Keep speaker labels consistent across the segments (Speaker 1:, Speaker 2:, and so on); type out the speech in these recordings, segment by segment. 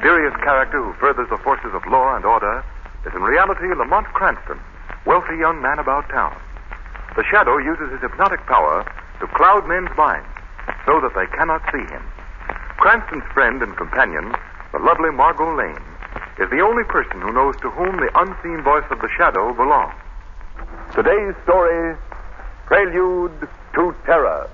Speaker 1: character who furthers the forces of law and order is in reality Lamont Cranston, wealthy young man about town. The shadow uses his hypnotic power to cloud men's minds so that they cannot see him. Cranston's friend and companion, the lovely Margot Lane, is the only person who knows to whom the unseen voice of the shadow belongs.
Speaker 2: Today's story Prelude to Terror.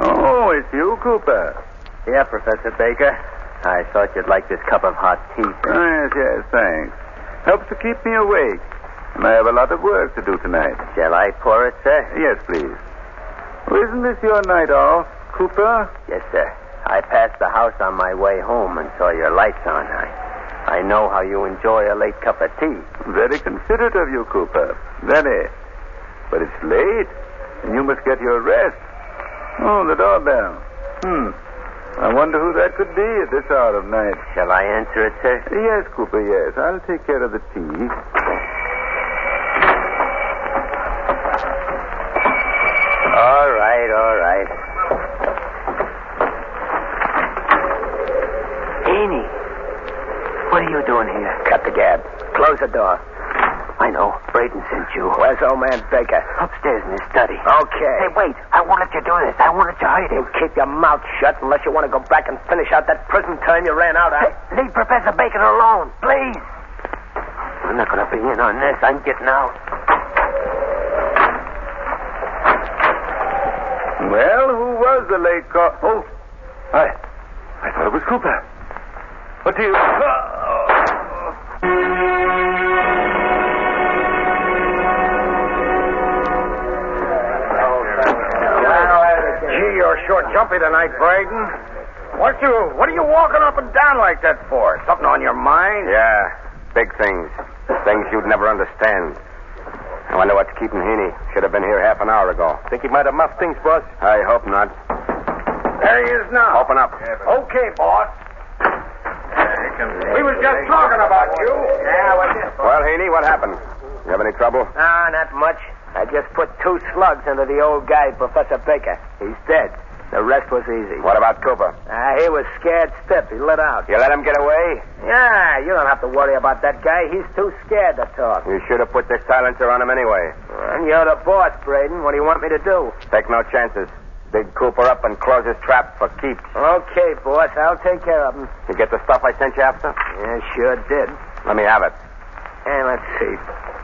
Speaker 2: Oh, it's you, Cooper.
Speaker 3: Yeah, Professor Baker. I thought you'd like this cup of hot tea. sir.
Speaker 2: Yes, yes, thanks. Helps to keep me awake. And I have a lot of work to do tonight.
Speaker 3: Shall I pour it, sir?
Speaker 2: Yes, please. Well, isn't this your night off, Cooper?
Speaker 3: Yes, sir. I passed the house on my way home and saw your lights on. I, I know how you enjoy a late cup of tea.
Speaker 2: Very considerate of you, Cooper. Very. But it's late, and you must get your rest. Oh, the doorbell. Hmm. I wonder who that could be at this hour of night.
Speaker 3: Shall I answer it, sir?
Speaker 2: Yes, Cooper, yes. I'll take care of the tea.
Speaker 3: All right, all right. Haney, what are you doing here? Cut the gab. Close the door. I know. Braden sent you. Where's old man Baker? Upstairs in his study. Okay. Hey, wait. I won't let you do this. I won't let you hide him. You keep your mouth shut unless you want to go back and finish out that prison term you ran out of. leave Professor Baker alone, please. I'm not going to be in on this. I'm getting out.
Speaker 2: Well, who was the late call? Oh, I, I thought it was Cooper. What do you?
Speaker 4: Gee, you're sure jumpy tonight, Braden. What you? What are you walking up and down like that for? Something on your mind?
Speaker 5: Yeah, big things. Things you'd never understand. I wonder what's keeping Heaney. Should have been here half an hour ago. Think he might have muffed things, boss? I hope not.
Speaker 4: There he is now.
Speaker 5: Open up.
Speaker 4: Okay, boss. We was just talking about you. Yeah, what's it?
Speaker 5: Well, Heaney, what happened? You have any trouble?
Speaker 3: Ah, not much. I just put two slugs into the old guy, Professor Baker. He's dead. The rest was easy.
Speaker 5: What about Cooper?
Speaker 3: Ah, he was scared stiff. He let out.
Speaker 5: You let him get away?
Speaker 3: Yeah, you don't have to worry about that guy. He's too scared to talk.
Speaker 5: You should have put the silencer on him anyway.
Speaker 3: And you're the boss, Braden. What do you want me to do?
Speaker 5: Take no chances. Big Cooper up and close his trap for keeps.
Speaker 3: Okay, boss. I'll take care of him.
Speaker 5: You get the stuff I sent you after?
Speaker 3: Yeah, sure did.
Speaker 5: Let me have it.
Speaker 3: And let's see.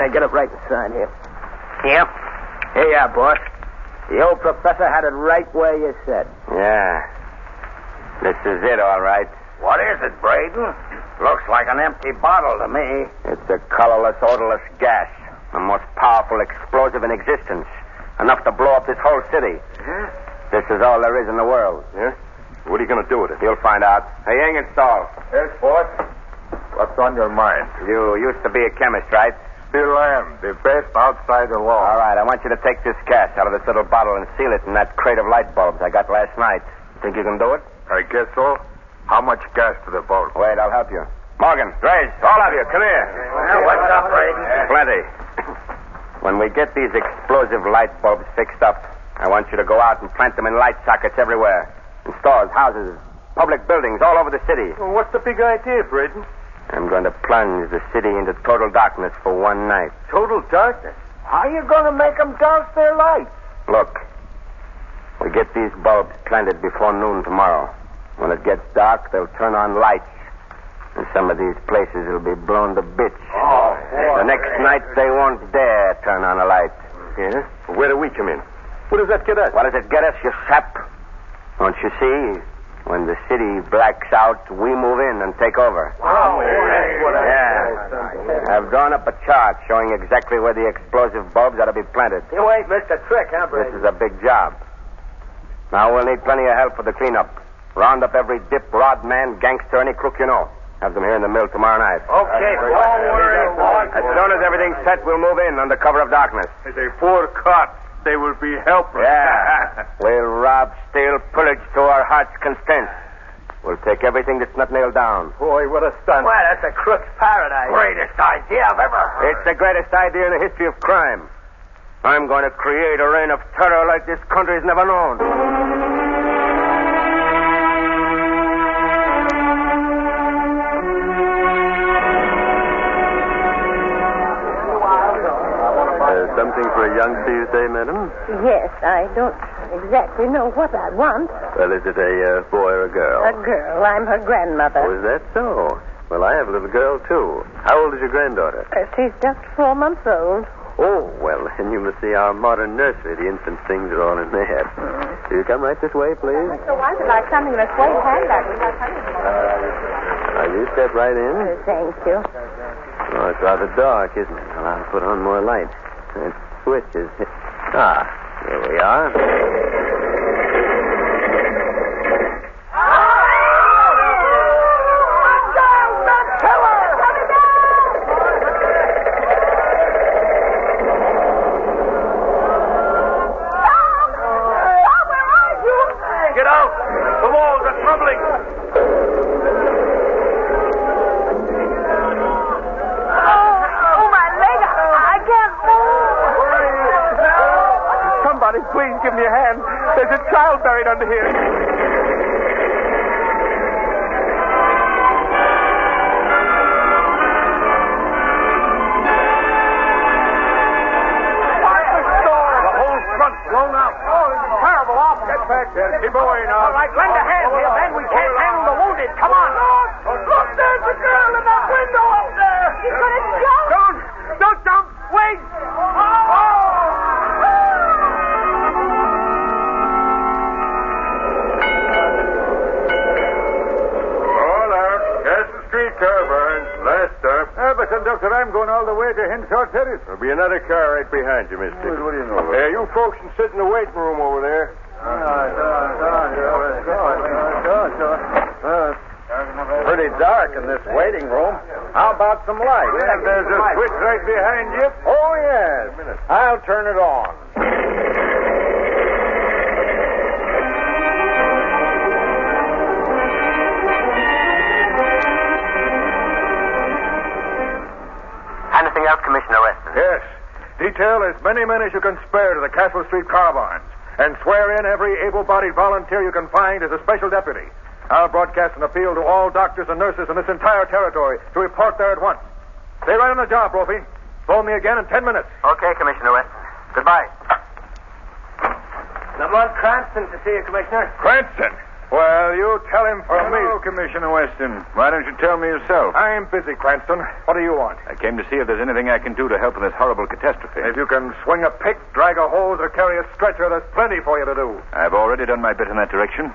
Speaker 3: I get it right inside here. Yep. Here you are, boss. The old professor had it right where you said.
Speaker 5: Yeah. This is it, all right.
Speaker 4: What is it, Braden? Looks like an empty bottle to me.
Speaker 5: It's a colorless, odorless gas. The most powerful explosive in existence. Enough to blow up this whole city. This is all there is in the world.
Speaker 2: Yeah? What are you going to do with it?
Speaker 5: You'll find out. Hey, Ingersoll,
Speaker 2: Yes, boss. What's on your mind?
Speaker 5: you used to be a chemist, right?
Speaker 2: Still am. The best outside the
Speaker 5: All
Speaker 2: law.
Speaker 5: right, I want you to take this gas out of this little bottle and seal it in that crate of light bulbs I got last night. Think you can do it?
Speaker 2: I guess so. How much gas to the boat?
Speaker 5: Wait, I'll help you. Morgan, Grace, all of you, come here. Uh,
Speaker 4: Well, what's up, Braden?
Speaker 5: Plenty. When we get these explosive light bulbs fixed up, I want you to go out and plant them in light sockets everywhere. In stores, houses, public buildings, all over the city.
Speaker 2: What's the big idea, Braden?
Speaker 5: I'm going to plunge the city into total darkness for one night.
Speaker 2: Total darkness.
Speaker 4: How you going to make them douse their lights?
Speaker 5: Look, we get these bulbs planted before noon tomorrow. When it gets dark, they'll turn on lights. And some of these places will be blown to bits.
Speaker 4: Oh, boy.
Speaker 5: the next night, they won't dare turn on a light.
Speaker 2: Yeah? Where do we come in? What does that get us?
Speaker 5: What does it get us, you sap? Don't you see? When the city blacks out, we move in and take over.
Speaker 4: Oh, yeah.
Speaker 5: Yeah. I've drawn up a chart showing exactly where the explosive bulbs ought to be planted.
Speaker 3: You ain't missed a trick, huh,
Speaker 5: This is a big job. Now we'll need plenty of help for the cleanup. Round up every dip, rod man, gangster, any crook you know. Have them here in the mill tomorrow night.
Speaker 6: Okay, don't worry, boy.
Speaker 5: As soon as everything's set, we'll move in under cover of darkness.
Speaker 1: They poor caught. They will be helpless.
Speaker 5: Yeah. we'll rob, steal, pillage to our heart's content. We'll take everything that's not nailed down.
Speaker 7: Boy, what a stunt.
Speaker 3: Well, that's a crook's paradise.
Speaker 6: Greatest idea I've ever heard.
Speaker 5: It's the greatest idea in the history of crime. I'm going to create a reign of terror like this country's never known.
Speaker 7: something for a young Tuesday, madam?
Speaker 4: Yes, I don't exactly know what I want.
Speaker 7: Well, is it a uh, boy or a girl?
Speaker 4: A girl. I'm her
Speaker 7: Oh,
Speaker 4: grandmother.
Speaker 7: is that so? Well, I have a little girl, too. How old is your granddaughter?
Speaker 4: Uh, she's just four months old.
Speaker 7: Oh, well, then you must see our modern nursery. The infant things are all in there. Do you come right this way, please?
Speaker 8: So I would like something in a suede handbag. We have honey.
Speaker 7: Now, you step right in.
Speaker 4: Uh, thank you.
Speaker 7: Oh, it's rather dark, isn't it? Well, I'll put on more light. That switch is... Ah, here we are.
Speaker 1: Get out! The walls are crumbling.
Speaker 8: Oh, my leg. I can't move.
Speaker 5: Somebody, please give me a hand. There's a child buried under here.
Speaker 1: The whole front blown out. Oh, it's terrible. Get back there. Keep away now. All right, lend a hand here, men. We can't handle the wounded. Come on. Look! Look, there's a girl in that window up there. She's going to jump. Don't. Don't jump. Wait. Lester.
Speaker 7: Ah, but, Conductor, I'm going all the way to Henshaw Terrace.
Speaker 1: There'll be another car right behind you, Mister.
Speaker 7: What do you know
Speaker 1: Yeah, you folks can sit in the waiting room over there.
Speaker 7: Pretty dark in this waiting room. How about some light?
Speaker 1: there's a switch right behind you.
Speaker 7: Oh, yes. I'll turn it on.
Speaker 3: Anything else, Commissioner Weston?
Speaker 1: Yes. Detail as many men as you can spare to the Castle Street car barns. And swear in every able bodied volunteer you can find as a special deputy. I'll broadcast an appeal to all doctors and nurses in this entire territory to report there at once. Stay right on the job, Rofi. Phone me again in ten minutes.
Speaker 3: Okay, Commissioner Weston. Goodbye.
Speaker 5: Lamont Cranston to see you, Commissioner.
Speaker 1: Cranston! Well, you tell him for
Speaker 7: Hello,
Speaker 1: me.
Speaker 7: Commissioner Weston. Why don't you tell me yourself?
Speaker 1: I'm busy, Cranston. What do you want?
Speaker 7: I came to see if there's anything I can do to help in this horrible catastrophe.
Speaker 1: If you can swing a pick, drag a hose, or carry a stretcher, there's plenty for you to do.
Speaker 7: I've already done my bit in that direction.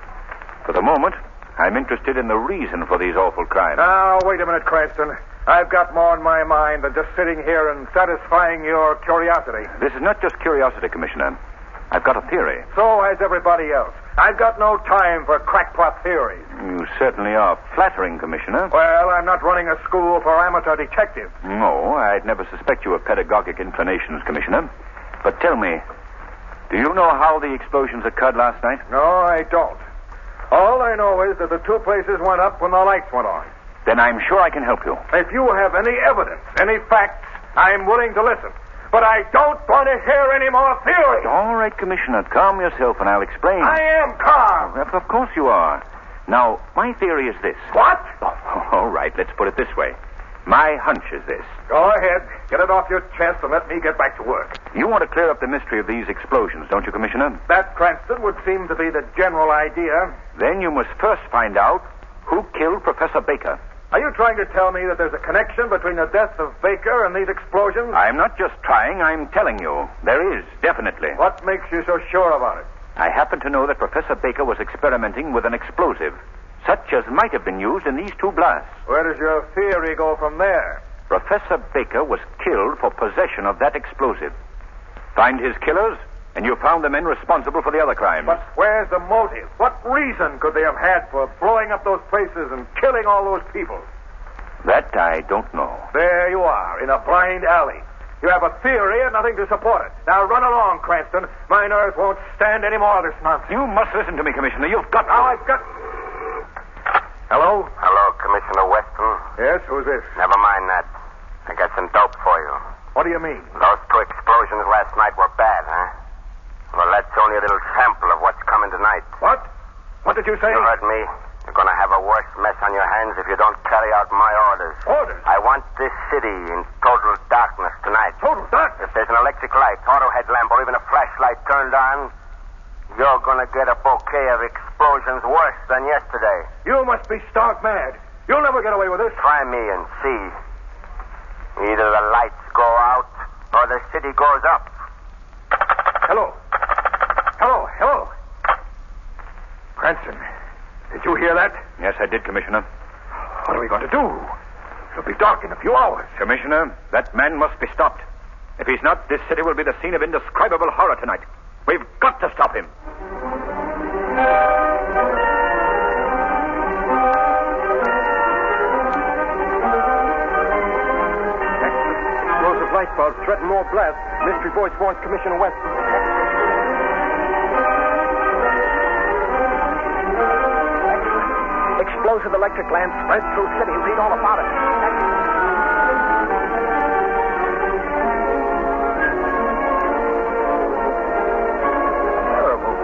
Speaker 7: For the moment, I'm interested in the reason for these awful crimes.
Speaker 1: Now, wait a minute, Cranston. I've got more on my mind than just sitting here and satisfying your curiosity.
Speaker 7: This is not just curiosity, Commissioner. I've got a theory.
Speaker 1: So has everybody else. I've got no time for crackpot theories.
Speaker 7: You certainly are flattering, Commissioner.
Speaker 1: Well, I'm not running a school for amateur detectives.
Speaker 7: No, I'd never suspect you of pedagogic inclinations, Commissioner. But tell me, do you know how the explosions occurred last night?
Speaker 1: No, I don't. All I know is that the two places went up when the lights went on.
Speaker 7: Then I'm sure I can help you.
Speaker 1: If you have any evidence, any facts, I'm willing to listen. But I don't want to hear any more theories.
Speaker 7: All right, Commissioner, calm yourself and I'll explain.
Speaker 1: I am calm.
Speaker 7: Well, Of course you are. Now, my theory is this.
Speaker 1: What?
Speaker 7: Oh, all right, let's put it this way. My hunch is this.
Speaker 1: Go ahead. Get it off your chest and let me get back to work.
Speaker 7: You want to clear up the mystery of these explosions, don't you, Commissioner?
Speaker 1: That, Cranston, would seem to be the general idea.
Speaker 7: Then you must first find out who killed Professor Baker.
Speaker 1: Are you trying to tell me that there's a connection between the death of Baker and these explosions?
Speaker 7: I'm not just trying, I'm telling you. There is, definitely.
Speaker 1: What makes you so sure about it?
Speaker 7: I happen to know that Professor Baker was experimenting with an explosive, such as might have been used in these two blasts.
Speaker 1: Where does your theory go from there?
Speaker 7: Professor Baker was killed for possession of that explosive. Find his killers, and you found the men responsible for the other crimes.
Speaker 1: But where's the motive? What reason could they have had for blowing up those places and killing all those people?
Speaker 7: That I don't know.
Speaker 1: There you are, in a blind alley. You have a theory and nothing to support it. Now run along, Cranston. My nerves won't stand any more of this nonsense.
Speaker 7: You must listen to me, Commissioner. You've got
Speaker 1: Now I've got. Hello?
Speaker 5: Hello, Commissioner Weston.
Speaker 1: Yes, who's this?
Speaker 5: Never mind that. I got some dope for you.
Speaker 1: What do you mean?
Speaker 5: Those two explosions last night were bad, huh? Well, that's only a little sample of what's coming tonight.
Speaker 1: What? What did you say?
Speaker 5: You heard me. You're going to have a worse mess on your hands if you don't carry out my orders.
Speaker 1: Orders?
Speaker 5: I want this city in total darkness tonight.
Speaker 1: Total darkness?
Speaker 5: If there's an electric light, auto headlamp, or even a flashlight turned on, you're going to get a bouquet of explosions worse than yesterday.
Speaker 1: You must be stark mad. You'll never get away with this.
Speaker 5: Try me and see. Either the lights go out or the city goes up.
Speaker 1: Hello. Hello, hello. Cranston, did you hear that?
Speaker 7: Yes, I did, Commissioner.
Speaker 1: What are we going to do? It'll be dark in a few hours.
Speaker 7: Commissioner, that man must be stopped. If he's not, this city will be the scene of indescribable horror tonight. We've got to stop him.
Speaker 1: Explosive light bulbs threaten more blasts. Mystery voice warns Commissioner Weston.
Speaker 3: Explosive electric lamp spread through city. Read all about it.
Speaker 7: Terrible.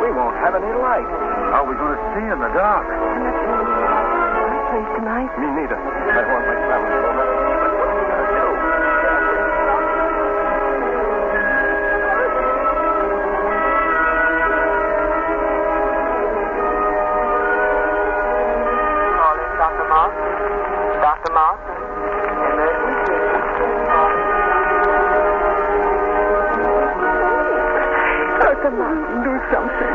Speaker 7: We won't have any light. How are we going to see in the dark?
Speaker 4: Please, tonight.
Speaker 7: Me neither. I want my family so much. But what are we going to do?
Speaker 8: Calling Dr. Moss. Dr. Moss. Emergency.
Speaker 4: do something.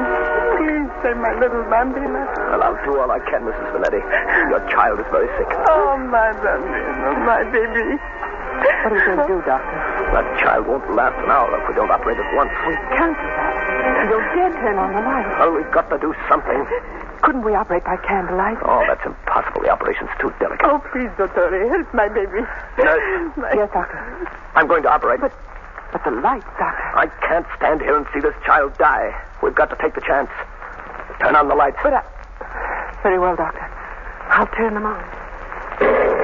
Speaker 4: Please save my little bambina.
Speaker 3: Well, I'll do all I can, Mrs. Vanetti. Your child is very sick.
Speaker 4: Oh, my bambina, my baby. What are you going to do, Doctor?
Speaker 3: That child won't last an hour if we don't operate at once.
Speaker 4: We can't do that. You'll dead turn on the light.
Speaker 3: Well, we've got to do something.
Speaker 4: Couldn't we operate by candlelight?
Speaker 3: Oh, that's impossible. The operation's too delicate.
Speaker 4: Oh, please, Dottore, help my baby.
Speaker 3: Nurse.
Speaker 4: Yes, Doctor.
Speaker 3: I'm going to operate.
Speaker 4: But, but the light, Doctor.
Speaker 3: I can't stand here and see this child die. We've got to take the chance. Turn on the lights.
Speaker 4: But I... Very well, Doctor. I'll turn them on.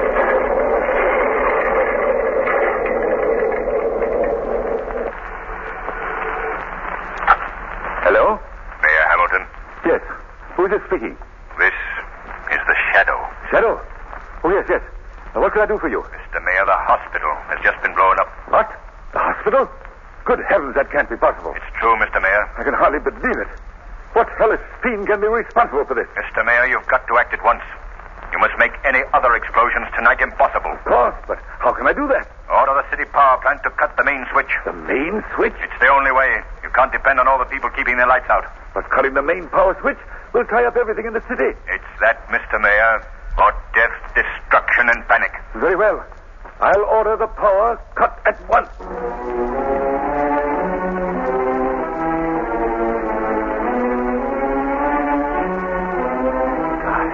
Speaker 7: Hello?
Speaker 2: Mayor Hamilton,
Speaker 7: Yes. Who's it speaking?
Speaker 2: this is the Shadow.
Speaker 7: Shadow? Oh, yes, yes. Now, what can I do for you?
Speaker 2: Mr. Mayor, the hospital has just been blown up.
Speaker 7: What? The hospital? Good heavens, that can't be possible.
Speaker 2: It's true, Mr. Mayor.
Speaker 7: I can hardly believe it. What hellish fiend can be responsible for this?
Speaker 2: Mr. Mayor, you've got to act at once. You must make any other explosions tonight impossible.
Speaker 7: Of course, but how can I do that?
Speaker 2: Order the city power plant to cut the main switch.
Speaker 7: The main switch?
Speaker 2: It's the only way. You can't depend on all the people keeping their lights out.
Speaker 7: But cutting the main power switch will tie up everything in the city.
Speaker 2: It's that, Mr. Mayor, or death, destruction, and panic.
Speaker 7: Very well. I'll order the power cut at once.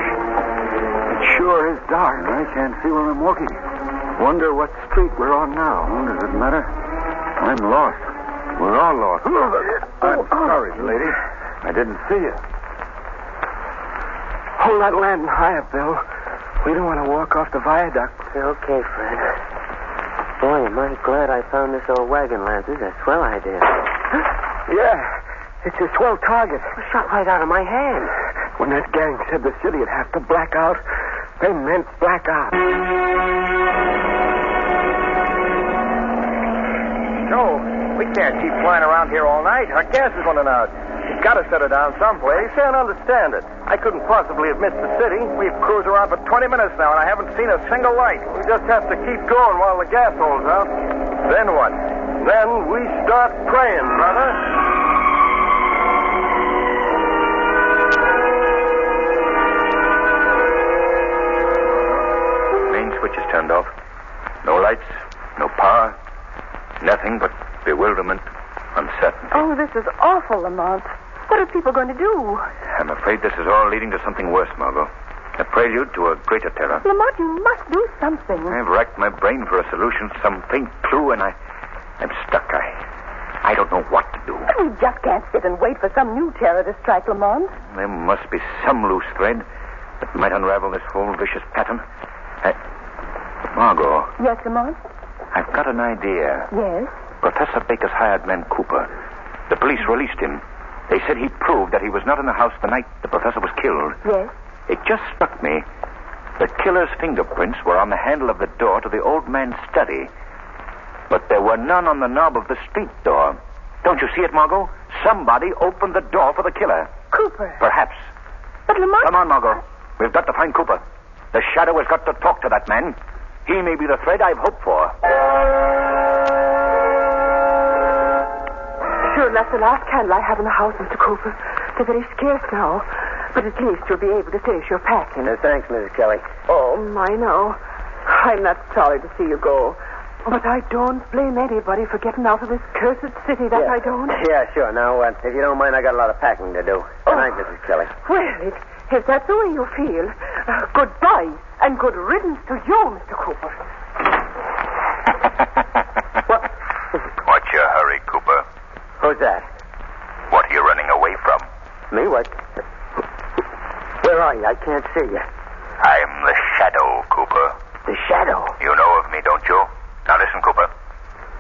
Speaker 7: It sure is dark. I can't see where I'm walking. Wonder what street we're on now. does it matter? I'm lost. We're all lost. I'm sorry, lady. I didn't see you.
Speaker 3: Hold that lantern higher, Bill. We don't want to walk off the viaduct.
Speaker 9: Okay, Fred. Boy, am I glad I found this old wagon, Lance. This is a swell idea.
Speaker 3: Yeah. It's a swell target.
Speaker 9: It shot right out of my hand.
Speaker 3: When that gang said the city would have to black out, they meant black out.
Speaker 6: No, we can't keep flying around here all night. Our gas is running out. You've got to set her down someplace. I can't understand it. I couldn't possibly have missed the city. We've cruised around for 20 minutes now, and I haven't seen a single light. We just have to keep going while the gas holds out. Then what? Then we start praying, brother.
Speaker 7: Main switch is turned off. No lights, no power, nothing but bewilderment, uncertainty.
Speaker 4: Oh, this is awful, Lamont. What are people going to do?
Speaker 7: I'm afraid this is all leading to something worse, Margot. A prelude to a greater terror.
Speaker 4: Lamont, you must do something.
Speaker 7: I've racked my brain for a solution, some faint clue, and I, I'm stuck. I, I don't know what to do.
Speaker 4: We just can't sit and wait for some new terror to strike Lamont.
Speaker 7: There must be some loose thread that might unravel this whole vicious pattern. I, Margot,
Speaker 4: Yes, Lamont?
Speaker 7: I've got an idea.
Speaker 4: Yes?
Speaker 7: Professor Baker's hired man, Cooper. The police released him. They said he proved that he was not in the house the night the professor was killed.
Speaker 4: Yes?
Speaker 7: It just struck me. The killer's fingerprints were on the handle of the door to the old man's study, but there were none on the knob of the street door. Don't you see it, Margot? Somebody opened the door for the killer.
Speaker 4: Cooper.
Speaker 7: Perhaps.
Speaker 4: But Lamont.
Speaker 7: Come on, Margot. We've got to find Cooper. The shadow has got to talk to that man. He may be the thread I've hoped for.
Speaker 4: Sure enough, the last candle I have in the house, Mr. Cooper. They're very scarce now. But at least you'll be able to finish your packing.
Speaker 3: No, Uh, thanks, Mrs. Kelly.
Speaker 4: Oh, I know. I'm not sorry to see you go. But I don't blame anybody for getting out of this cursed city. That I don't.
Speaker 3: Yeah, sure. Now, uh, if you don't mind, I got a lot of packing to do.
Speaker 4: Oh.
Speaker 3: Good night, Mrs. Kelly.
Speaker 4: Well, if, if that's the way you feel, uh, goodbye and good riddance to you, Mr. Cooper.
Speaker 2: What's your hurry, Cooper?
Speaker 3: Who's that?
Speaker 2: What are you running away from?
Speaker 3: Me? What? Where are you? I can't see you.
Speaker 2: I'm the Shadow, Cooper.
Speaker 3: The shadow.
Speaker 2: You know of me, don't you? Now listen, Cooper.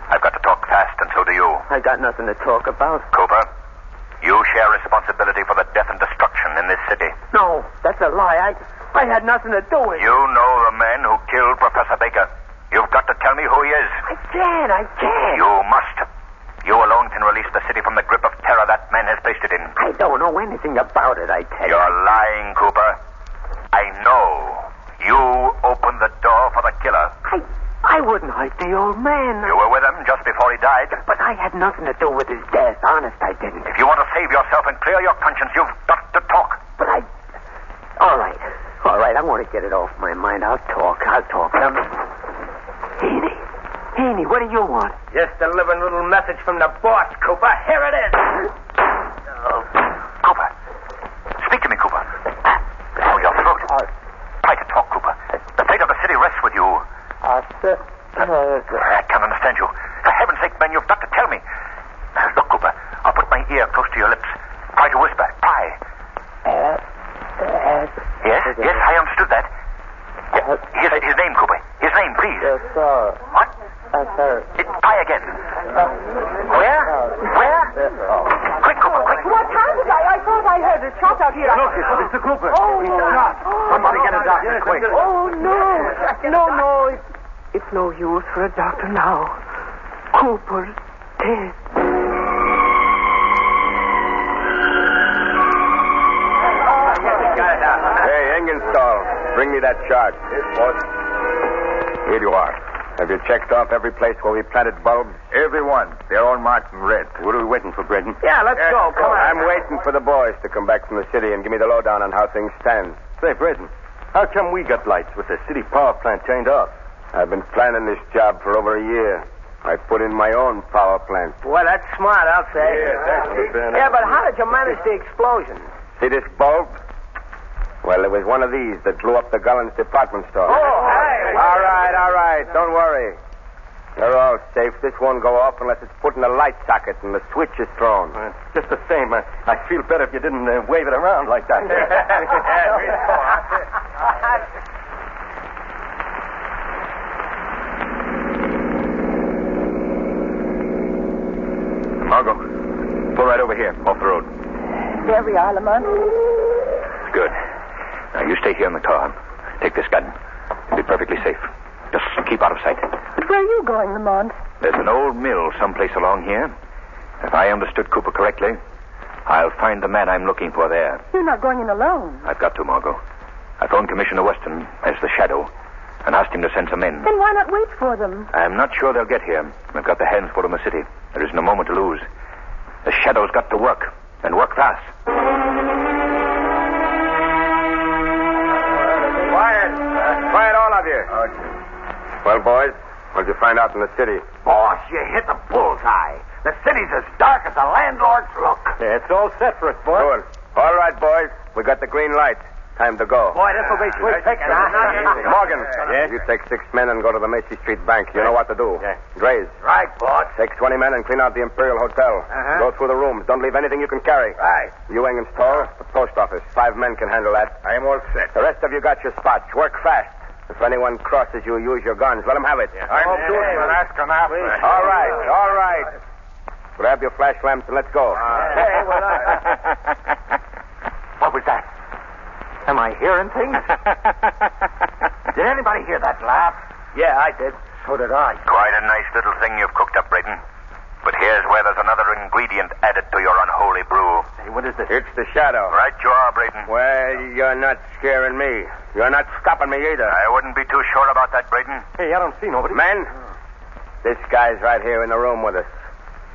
Speaker 2: I've got to talk fast, and so do you.
Speaker 3: I got nothing to talk about.
Speaker 2: Cooper, you share responsibility for the death and destruction in this city.
Speaker 3: No, that's a lie. I, I had nothing to do with it.
Speaker 2: You know the man who killed Professor Baker. You've got to tell me who he is.
Speaker 3: I can't. I can't.
Speaker 2: You must. You alone can release the city from the grip of terror that man has placed it in.
Speaker 3: I don't know anything about it. I tell you.
Speaker 2: You're lying, Cooper. I know. You opened the door for the killer.
Speaker 3: I, I wouldn't hurt the old man.
Speaker 2: You were with him just before he died.
Speaker 3: But I had nothing to do with his death. Honest, I didn't.
Speaker 2: If you want to save yourself and clear your conscience, you've got to talk.
Speaker 3: But I. All right. All right. I want to get it off my mind. I'll talk. I'll talk. Um, Heaney. Heaney, what do you want?
Speaker 5: Just delivering a little message from the boss, Cooper. Here it is.
Speaker 2: Cooper. Speak to me, Cooper. Oh, your throat. Try to talk, Cooper. The fate of the city rests with you. I can't understand you. For heaven's sake, man, you've got to tell me. Look, Cooper, I'll put my ear close to your lips. Try to whisper. Try. Yes, yes, I understood that. Yeah, His, his name, Cooper. His name, please. What? It- Try again. Where? Where? Quick, Cooper, quick.
Speaker 4: What happened? I, I thought I heard a shot out here.
Speaker 1: Look, it's, it's the Cooper.
Speaker 4: Oh, no.
Speaker 1: Somebody get a doctor, quick.
Speaker 4: Oh, no. No, no. It's, it's no use for a doctor now. Cooper's dead.
Speaker 5: Hey, Engenstall, bring me that chart. Here you are. Have you checked off every place where we planted bulbs?
Speaker 10: Everyone, they're all marked in red.
Speaker 5: What are we waiting for, Brenton?
Speaker 3: Yeah, let's go. Come on.
Speaker 5: I'm waiting for the boys to come back from the city and give me the lowdown on how things stand.
Speaker 10: Say, Brenton, how come we got lights with the city power plant turned off?
Speaker 5: I've been planning this job for over a year. I put in my own power plant.
Speaker 3: Well, that's smart, I'll say.
Speaker 10: Yeah, thanks, Lieutenant.
Speaker 3: Yeah, but how did you manage the explosion?
Speaker 5: See this bulb? Well, it was one of these that blew up the Gullens department store.
Speaker 10: Oh,
Speaker 3: hey.
Speaker 5: All right, all right. Don't worry. You're all safe. This won't go off unless it's put in the light socket and the switch is thrown.
Speaker 10: Just the same, I, I feel better if you didn't uh, wave it around like that.
Speaker 7: Margot, pull right over here, off the road.
Speaker 4: There we are, Lamont.
Speaker 7: Good. Now you stay here in the car. Take this gun. You'll be perfectly safe. Just keep out of sight.
Speaker 4: But where are you going, Lamont?
Speaker 7: There's an old mill someplace along here. If I understood Cooper correctly, I'll find the man I'm looking for there.
Speaker 4: You're not going in alone.
Speaker 7: I've got to, Margot. I phoned Commissioner Weston as the shadow and asked him to send some men.
Speaker 4: Then why not wait for them?
Speaker 7: I'm not sure they'll get here. We've got the hands full in the city. There isn't a moment to lose. The shadow's got to work, and work fast.
Speaker 5: Quiet.
Speaker 1: Uh,
Speaker 5: Quiet, all of you. Well, boys, what did you find out in the city?
Speaker 11: Boss, you hit the bullseye. The city's as dark as a landlord's look.
Speaker 10: Yeah, it's all set for us, boy.
Speaker 5: Good. All right, boys. We got the green light. Time to go.
Speaker 3: Boy, this'll be sweet picking, huh?
Speaker 5: Morgan. You take six men and go to the Macy Street Bank. You know what to do. Graze.
Speaker 3: Right, boss.
Speaker 5: Take 20 men and clean out the Imperial Hotel.
Speaker 3: Uh-huh.
Speaker 5: Go through the rooms. Don't leave anything you can carry.
Speaker 3: Right.
Speaker 5: You, Ingham's store, the post office. Five men can handle that.
Speaker 6: I am all set.
Speaker 5: The rest of you got your spots. Work fast. If anyone crosses you, use your guns. Let them have it.
Speaker 6: I'm yeah. doing an ask and after.
Speaker 5: All right, all right. Grab your flash lamps and let's go.
Speaker 3: Hey, well, I...
Speaker 2: What was that? Am I hearing things? did anybody hear that laugh?
Speaker 3: Yeah, I did. So did I.
Speaker 2: Quite a nice little thing you've cooked up, Brayton. But here's where there's another ingredient added to your unholy brew.
Speaker 3: Hey, what is this?
Speaker 5: It's the shadow.
Speaker 2: Right you are, Brayton.
Speaker 5: Well, you're not scaring me. You're not stopping me either. eh,
Speaker 2: I wouldn't be too sure about that, Brayton.
Speaker 6: Hey, I don't see nobody.
Speaker 5: Men, this guy's right here in the room with us.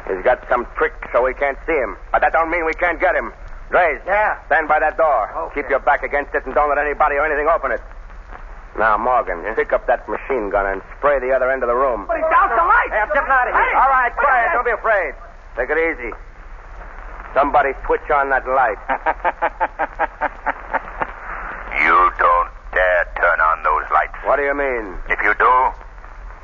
Speaker 5: He's got some trick so we can't see him. But that don't mean we can't get him. Grace.
Speaker 3: Yeah.
Speaker 5: Stand by that door. Keep your back against it and don't let anybody or anything open it. Now, Morgan, pick up that machine gun and spray the other end of the room.
Speaker 3: But he's out the light.
Speaker 5: Hey, I'm getting out of here. All right, quiet. Don't be afraid. Take it easy. Somebody switch on that light.
Speaker 2: You don't dare turn on those lights.
Speaker 5: what do you mean?
Speaker 2: If you do,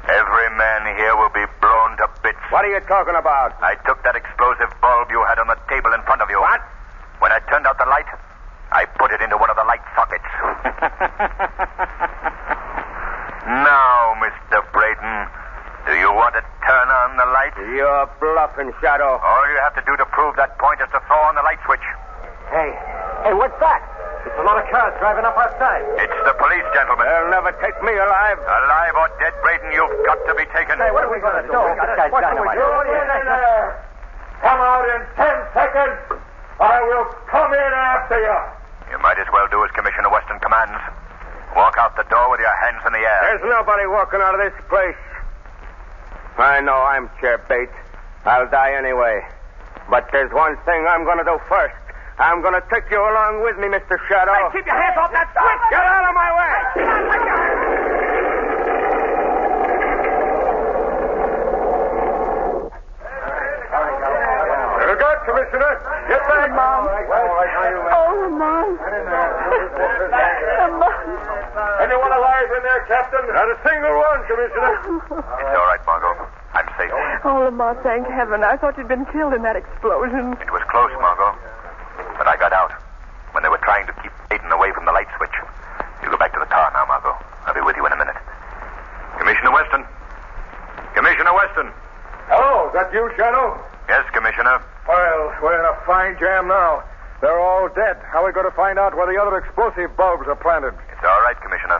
Speaker 2: every man here will be blown to bits.
Speaker 5: What are you talking about?
Speaker 2: I took that explosive bulb you had on the table in front of you. What? When I turned out the light, I put it into one of the light sockets. now, Mr. Braden, do you want to turn on the light?
Speaker 5: You're bluffing, Shadow.
Speaker 2: All you have to do to prove that point is to throw on the light switch.
Speaker 3: Hey, hey, what's that? It's a lot of cars driving up outside.
Speaker 2: It's the police, gentlemen.
Speaker 5: They'll never take me alive.
Speaker 2: Alive or dead, Braden, you've got to be taken.
Speaker 3: Hey, what are we going to do?
Speaker 2: We got
Speaker 3: What can we do?
Speaker 1: Come out in ten seconds. I will come in after you.
Speaker 2: You might as well do as Commissioner Weston commands. Walk out the door with your hands in the air.
Speaker 5: There's nobody walking out of this place. I know I'm chair bait. I'll die anyway. But there's one thing I'm going to do first. I'm going to take you along with me, Mr. Shadow.
Speaker 3: Hey, keep your hands off that switch.
Speaker 5: Get out of my way!
Speaker 1: You got, Commissioner? Get back. Mom.
Speaker 4: Oh, Mom. Uh,
Speaker 1: Anyone alive in there, Captain? Not a single one, Commissioner.
Speaker 2: It's all right, Margot. I'm safe.
Speaker 4: Oh, Lamont, thank heaven. I thought you'd been killed in that explosion.
Speaker 2: It was close, Margot. But I got out when they were trying to keep Aiden away from the light switch. You go back to the car now, Margot. I'll be with you in a minute. Commissioner Weston. Commissioner Weston.
Speaker 1: Hello, Oh, is that you, Shadow?
Speaker 2: Yes, Commissioner.
Speaker 1: Well, we're in a fine jam now. They're all dead. How are we going to find out where the other explosive bulbs are planted?
Speaker 2: It's all right, Commissioner.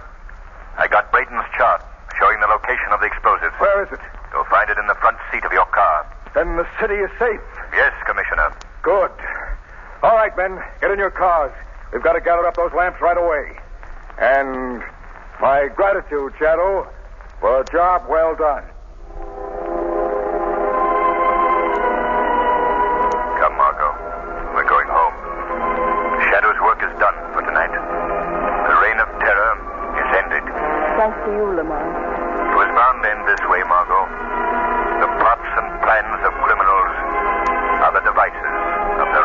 Speaker 2: I got Braden's chart showing the location of the explosives.
Speaker 1: Where is it?
Speaker 2: You'll find it in the front seat of your car.
Speaker 1: Then the city is safe.
Speaker 2: Yes, Commissioner.
Speaker 1: Good. All right, men, get in your cars. We've got to gather up those lamps right away. And my gratitude, Shadow, for a job well done.
Speaker 2: Come, Margot. We're going home. The Shadow's work is done for tonight. The reign of terror is ended.
Speaker 4: Thanks to you, Lamont.
Speaker 2: It was bound to end this way, Margot. The plots and plans of criminals are the devices of their